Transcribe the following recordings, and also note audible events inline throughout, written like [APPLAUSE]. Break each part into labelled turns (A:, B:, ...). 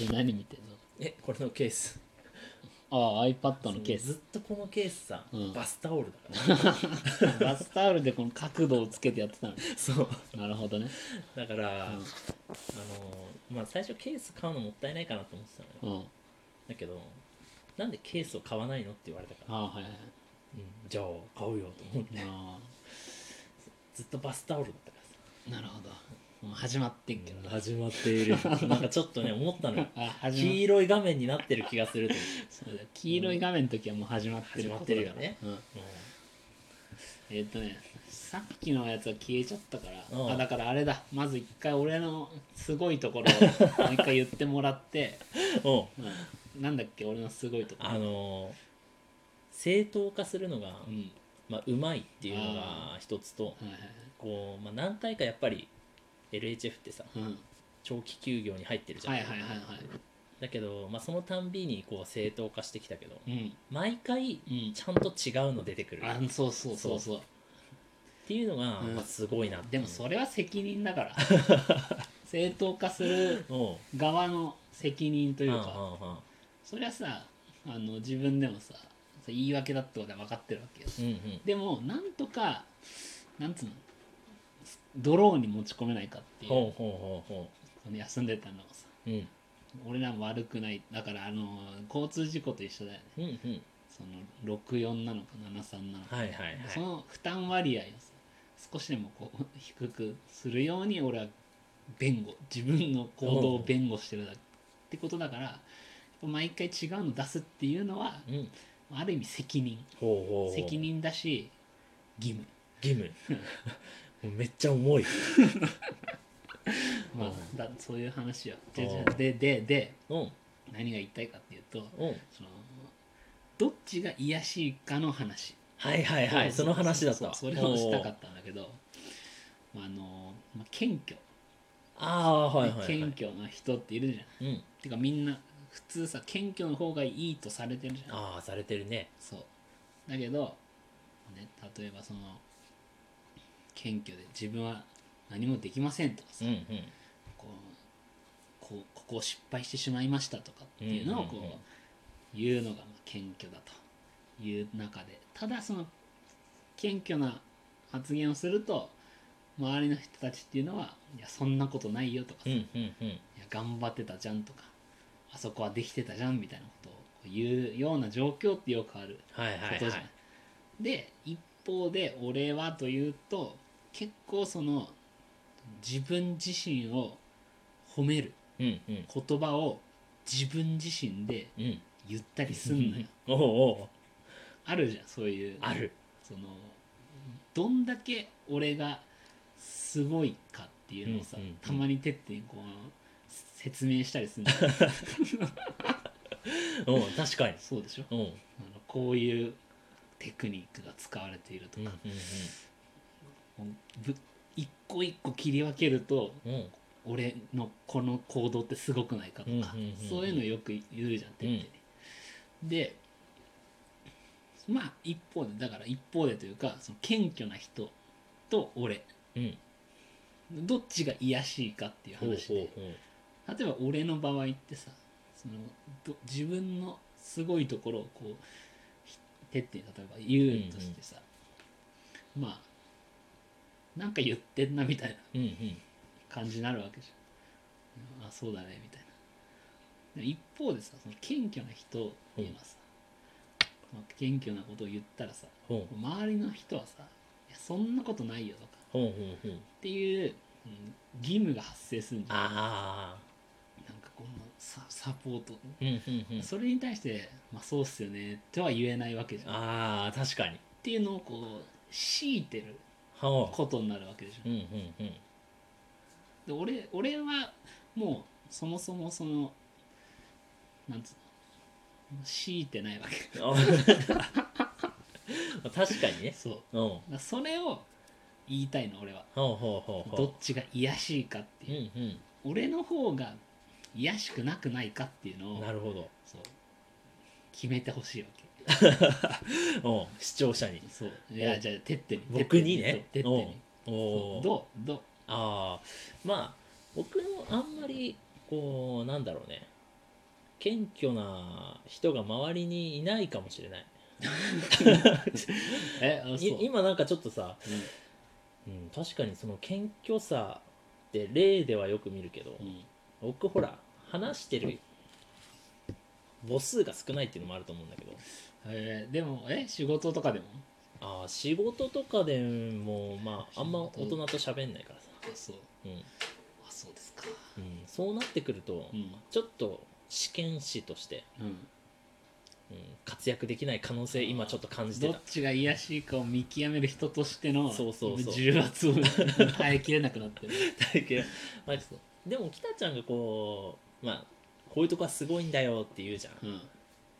A: え何見てんの
B: えこれのケース
A: ああ iPad のケー
B: ず
A: ス
B: っとこのケースさ、
A: うん
B: バスタオルだから、ね、
A: バスタオルでこの角度をつけてやってたの
B: [LAUGHS] そ
A: [LAUGHS]
B: う
A: なるほどね
B: だから、
A: うん
B: あのーまあ最初ケース買うのもったいないかなと思ってたのよ
A: うんあ
B: だけどなんでケースを買わないのって言われたから、
A: あはいはい
B: うん、じゃあ買うよと思って
A: あ
B: ずっとバスタオルだったからさ
A: あなるほどもう始まってっけどな、
B: 始まっている [LAUGHS] なんかちょっとね思ったのよ
A: あ始ま
B: 黄色い画面になってる気がすると思
A: そうだよ黄色い画面の時はもう始まってる
B: 始まってるよね
A: ことだからうん
B: って、
A: えーっ、とねさっきのやつは消えちゃったから、
B: うん
A: あだからあれだまず一回俺のすごいところ [LAUGHS] をもう一回言ってもらって、
B: [LAUGHS] うんうん
A: うん、なんだっけ俺のすごいところ
B: あのー正当化するのが、
A: うん
B: まあ、うまいっていうのが一つと
A: はいはいはい
B: こう、まあ、何回かやっぱり LHF ってさ
A: うん
B: 長期休業に入ってるじゃん、
A: はいはいはいは
B: だけど、まあ、そのたんびにこう正当化してきたけど
A: いうん
B: 毎回
A: うん
B: ちゃんと違うの出てくる
A: あ
B: っ
A: そうそうそうそう
B: ていうのが、
A: うん
B: まあ、すごいなって
A: でもそれは責任だから [LAUGHS] 正当化する
B: おう
A: 側の責任と
B: と
A: いう
B: い
A: か、
B: うか
A: そりゃさあの自分でもさ言い訳だってことは分かってるわけよ
B: うんうん
A: でもなんとかなんつうのドローンに持ち込めないかっていう
B: ほうほうほ
A: その休んでたのがさ
B: うほううん
A: 俺らも悪くないだからあの交通事故と一緒だよね
B: うんうん
A: その64なのか73なのか、
B: はいはいはい
A: その負担割合をさ少しでもこう低くするように俺は弁護自分の行動を弁護してるだってことだから毎回違うの出すっていうのは
B: うん
A: ある意味責任
B: ほうほうほう
A: 責任だし義務
B: 義務 [LAUGHS] もうめっちゃ重い
A: ま
B: う
A: あ、だそういう話よ。
B: うん
A: じゃじゃででで
B: うん
A: 何が言いたいかっていうと
B: うん
A: そのどっちが癒やしいかの話。
B: はいはいはいその話だったわ
A: そうそうそれをしたかったんだけど、まああのまあ、謙虚、
B: おうああーはいはいはい
A: 謙虚な人っているじゃん。
B: うん
A: てかみんな普通さ謙虚の方がいいとされてるじゃん。
B: ああされてるね
A: そうだけど、ね、例えばその謙虚で自分は何もできませんとかさ、
B: うんうん
A: こうこうここを失敗してしまいましたとかっていうのをこ
B: うんうんうん
A: う言うのがまあ謙虚だという中でただその謙虚な発言をすると周りの人たちっていうのはいやそんなことないよとかさ、
B: うん
A: い
B: うんうん
A: や頑張ってたじゃんとかあそこはできてたじゃんみたいなことを言うような状況ってよくある
B: はい
A: こ
B: はい
A: とじゃな
B: は
A: い、
B: い
A: で一方で俺はというと結構その自分自身を褒める
B: うんうん
A: 言葉を自分自身で
B: うん
A: 言ったりすんのよ
B: おうおう
A: あるじゃんそういう
B: ある
A: そのどんだけ俺がすごいかっていうのをさ、
B: うんうんうん
A: たまにてってこう説明したり
B: [LAUGHS]
A: するの
B: うん確かに
A: そうでしょ
B: うんうん
A: あのこういうテクニックが使われていると
B: うん
A: か、ぶ一個一個切り分けると
B: うんうん
A: 俺のこの行動ってすごくないかと
B: うんうん
A: か、
B: うんうん
A: そういうのよく言うじゃんって言ってね、でまあ一方でだから一方でというかその謙虚な人と俺
B: うん
A: どっちが癒やしいかっていう
B: ほう
A: 話で
B: ほうほう
A: 例えば俺の場合ってさそのど自分のすごいところをこうひてって例えば言うとしてさ、まあなんか言ってんなみたいな
B: うんうん
A: 感じになるわけじゃんあそうだねみたいなでも一方でさその謙虚な人っていうのはさ、まあ謙虚なことを言ったらさ
B: ほう
A: 周りの人はさ「いやそんなことないよ」とか
B: ほうほうほう
A: っていう、うん義務が発生するんじゃん
B: ああ
A: なんかこのササポート、
B: うんうんうん
A: それに対して「まあ、そうっすよね」とは言えないわけじゃんっ
B: ああ確かに
A: ていうのをこう強いてる
B: ほう
A: ことになるわけでしょ
B: うんうんうん
A: で俺俺はもうそもそもそのなんつうの強いてないわけ
B: あ確かにね
A: そうだか
B: うんほ
A: らそれを言いたいの俺は
B: うほうほう
A: どっ
B: ほ
A: ちが癒やしいかって
B: うう
A: いう、
B: ん
A: 俺の方が癒やしくなくないかっていうの
B: うん
A: を
B: なるほど
A: そう決めてほしいわけ
B: うん視聴者に
A: そういや
B: [LAUGHS] お
A: じゃあてってに
B: 僕にね
A: てってにそうてってにそう
B: おおー
A: どうどう
B: ああまあ僕もあんまりこうなんだろうね謙虚な人が周りにいないかもしれない
A: えあそう
B: い今なんかちょっとさ、うん、確かにその謙虚さって例ではよく見るけど、
A: うんうん
B: 僕ほら話してる母数が少ないっていうのもあると思うんだけど
A: えーでもえ仕事とかでも
B: あー仕事とかでもまああんま大人と喋んないからさ、
A: あそう
B: うん
A: あそうですか
B: うんそうなってくると、
A: うん
B: ちょっと試験士として、
A: うん
B: うん、活躍できない可能性今ちょっと感じて
A: ど
B: た
A: っちが癒やしいかを見極める人としての
B: そうそうそう
A: 重圧
B: [LAUGHS]
A: を耐えきれなくなってる
B: 体験 [LAUGHS] まあでも北ちゃんがこうまあこういうとこはすごいんだよって言うじゃん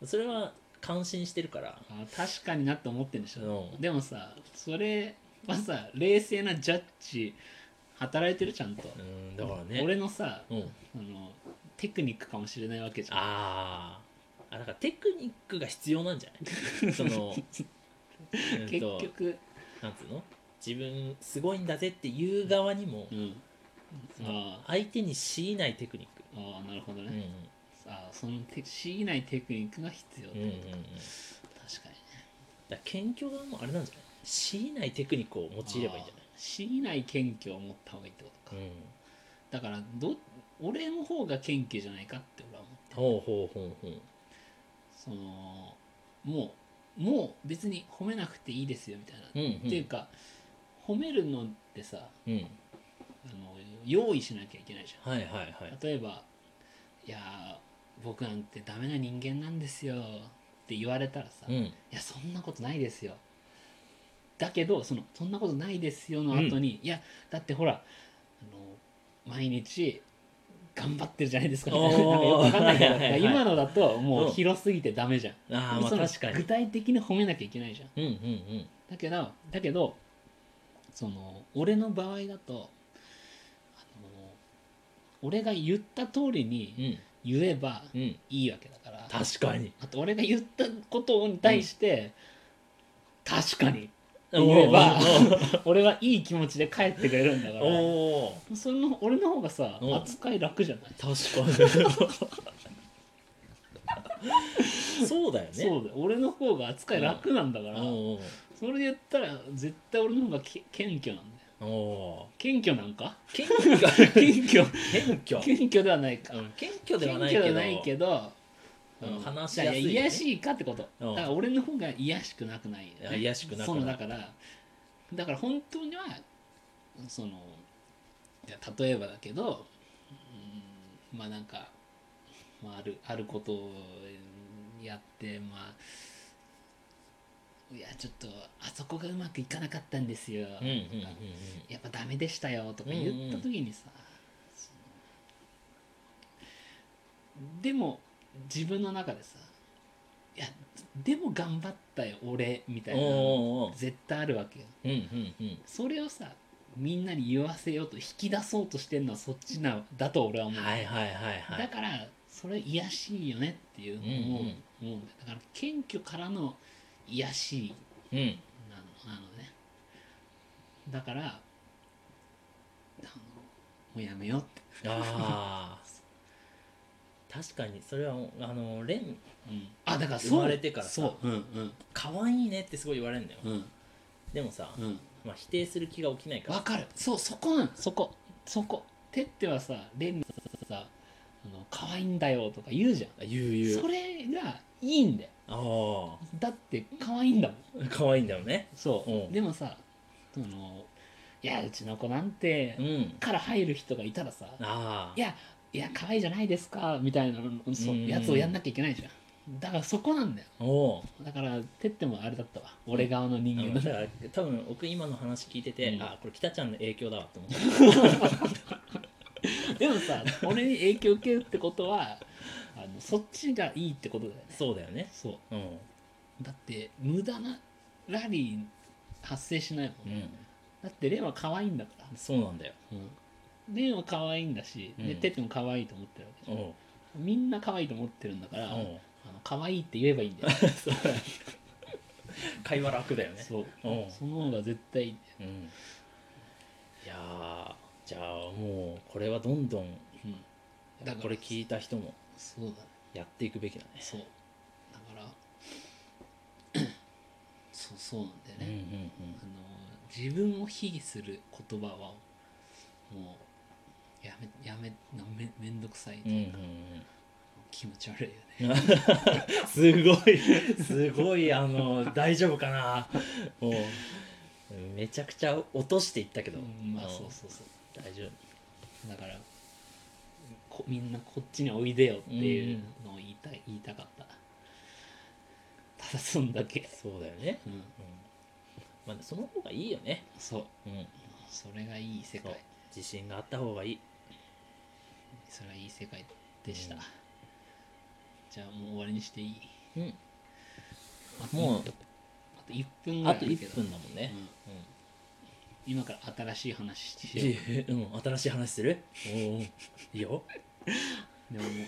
A: うん
B: それは感心してるから
A: あ確かになって思ってるんでしょ、
B: うん
A: でもさそれはさ冷静なジャッジ働いてるちゃんと、
B: うんだからね、
A: 俺のさ、
B: うん、
A: あのテクニックかもしれないわけじゃん
B: あーあだからテクニックが必要なんじゃ
A: [LAUGHS]
B: ないその、うん
A: 結
B: と
A: 局、
B: なんつうの自分すごいんだぜっていう側にも、
A: うん、あ
B: 相手に強いないテクニック、
A: あああなるほど
B: うん
A: ね、ああそのテ強いないテクニックが必要って
B: うんうんうん
A: こと
B: うんだ
A: か、
B: か
A: 確かにね
B: ら謙虚側もあれなんじゃない強いないテクニックを用いればいいんじゃ
A: ああ強いない謙虚を持った方がいいってことか、
B: ない、
A: だからど俺の方が謙虚じゃないかって俺は思ってる
B: ほうほうほうほう
A: そのもうもう別に褒めなくていいですよみたいな、
B: うんうん
A: っていうか褒めるのってさ
B: うん
A: あの用意しなきゃいけないじ
B: はいはいは
A: ゃん
B: い
A: 例えば「いやー僕なんてダメな人間なんですよ」って言われたらさ「
B: う
A: い
B: ん
A: やそんなことないですよ」だけどその「そんなことないですよ」の後に「いやだってほらあの毎日頑張ってるじゃないですか」み [LAUGHS] たいな
B: お
A: なんかよ
B: ー
A: くわかんないけど
B: はいはいはい
A: 今のだとも
B: う
A: うん広すぎてダメじゃん、
B: ああまあ
A: その
B: 確か
A: 具
B: に
A: 体的に褒めなきゃいけないじゃん
B: うんうんうん
A: だけどだけどその俺の場合だとあの俺が言った通りに
B: うん
A: 言えば
B: うん
A: いいわけだから、
B: 確かに
A: あと俺が言ったことに対して、確かに [LAUGHS] 言えば俺はいい気持ちで帰ってくれるんだか
B: おー
A: ら
B: おー
A: その俺の方がさ
B: うん
A: 扱い楽じゃない、
B: 確かにそうだよね
A: そうだよ俺の方が扱い楽なんだから、
B: お
A: それで言ったら絶対俺の方がけ謙虚なんだよ
B: ーお
A: 謙虚なんか
B: ー謙虚
A: 謙
B: [LAUGHS]
A: 虚
B: 謙
A: 謙
B: 虚
A: 虚ではないか、
B: うん謙虚で
A: 謙
B: はない
A: 虚で
B: け
A: は
B: ど
A: ないけど、
B: うん話し
A: だ
B: や
A: から
B: すいよね
A: 癒やしいかってこと、
B: うん
A: だから俺の方が癒やしくなくない,、
B: いや癒やしくなくない
A: そのだからだから本当にはそのいや例えばだけど、うん、まあなんか、まあ、あるあることをやってまあいやちょっとあそこがうまくいかなかったんですよ、
B: うんうんうんうん
A: やっぱダメでしたよとか言った時にさ、そのでも自分の中でさ「いやでも頑張ったよ俺」みたいな
B: おーおー
A: 絶対あるわけよ
B: うんうんうん
A: それをさみんなに言わせようと引き出そうとしてるのはそっちなだと俺は思う、
B: はいはいはいは
A: だ
B: い
A: からそれ癒やしいよねっていうのを
B: う
A: 思
B: んう
A: う,、
B: ん
A: んだだから謙虚からの癒やしい
B: うん
A: なのなのねだからあのもうやめようって、
B: あー確かにそれはあのレン
A: うん、あだからそう
B: 生まれてからさ
A: そううんうん
B: 可愛いねってすごい言われるんだよ
A: うん
B: でもさ
A: うん
B: まあ否定する気が起きないから
A: わかるそうそこなんそこそこてってはさレンにさあの可愛いんだよとか言うじゃん
B: あ言う言
A: それがいいんだよ
B: あ
A: だって可愛いんだもん
B: あ可愛いんだよね
A: そう、
B: うん
A: でもさそのいやうちの子なんて
B: うん
A: から入る人がいたらさ、
B: あ
A: いやいや可愛いじゃないですかみたいなのそう
B: うん
A: やつをやんなきゃいけないじゃんだからそこなんだよ
B: あおお
A: だからてってもあれだったわ俺側の人間
B: だか
A: だ
B: ら多分僕今の話聞いてて、
A: うん
B: あこれ北ちゃんの影響だわと思って
A: でもさ俺に影響受けるってことはあのそっちがいいってことだよね
B: そうだよね
A: そう
B: うん
A: だって無駄なラリー発生しないも、
B: うんん
A: だってレンは可愛いんだから、
B: そうなんだよ
A: うん、レンは可愛いんだし、
B: う
A: で
B: ん
A: てっても可愛いと思ってるわけじ
B: お
A: ゃん
B: う
A: みんな可愛いと思ってるんだから、あ
B: お
A: の
B: う
A: 可愛いって言えばいいんだよ、
B: [LAUGHS] そう会話楽だよね
A: そう
B: おう
A: その方が絶対いいんだよ
B: うんいやーじゃあもうこれはどんどん
A: うんだから
B: これ聞いた人も
A: そうだね
B: やっていくべきだね
A: そうだから [COUGHS] そうそうなんだよね、あの自分を卑下する言葉はもうやめやめなめめんどくさいと
B: うんうん
A: いう
B: うん
A: か、
B: うん
A: 気持ち悪いよね
B: すごいすごいあの大丈夫かなもうめちゃくちゃ落としていったけど、
A: うんまあそううんそうそう
B: 大丈夫
A: だからこみんなこっちにおいでよっていうのを言いたい、言いたかったただそんだけ
B: そうだよね、
A: うん
B: うんまあ、その方がいいよね、
A: そう
B: うん、
A: それがいい世
B: そう
A: 界
B: 自信があった方がいい
A: それはいい世界でした、
B: うん
A: じゃあもう終わりにしていい
B: うん
A: あと
B: もう
A: あと1分ぐら
B: あ
A: い
B: と
A: あるけ
B: 1
A: ど
B: 分だもんね
A: うん、
B: うん
A: 今から新しい話しよ
B: いえうん、新しい話するおうおういいよ
A: うでももう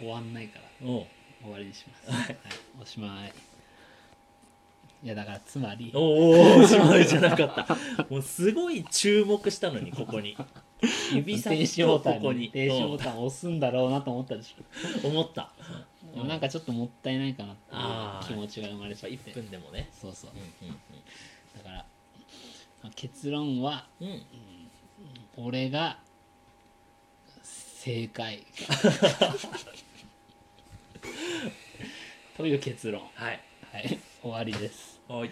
A: 終わんないから
B: おう
A: 終わりにしますはいおしまいいやだからつまり
B: おうおうおしまいじゃなかったもうすごい注目したのにここに指
A: 停
B: 先
A: 止ボ
B: と
A: タ
B: こ
A: ン
B: こに
A: 停止ボタン押すんだろうなと思ったでしょ
B: うん思った
A: でもなんかちょっともったいないかな
B: あ
A: っ
B: ー
A: ていう気持ちが生ま
B: や
A: れ
B: っ
A: ちゃ
B: ぱ
A: って
B: 1分でもね
A: そうそう
B: うん
A: だからまあ結論は
B: うんうん
A: 俺が正解という結論
B: はい
A: はい終わりです
B: はい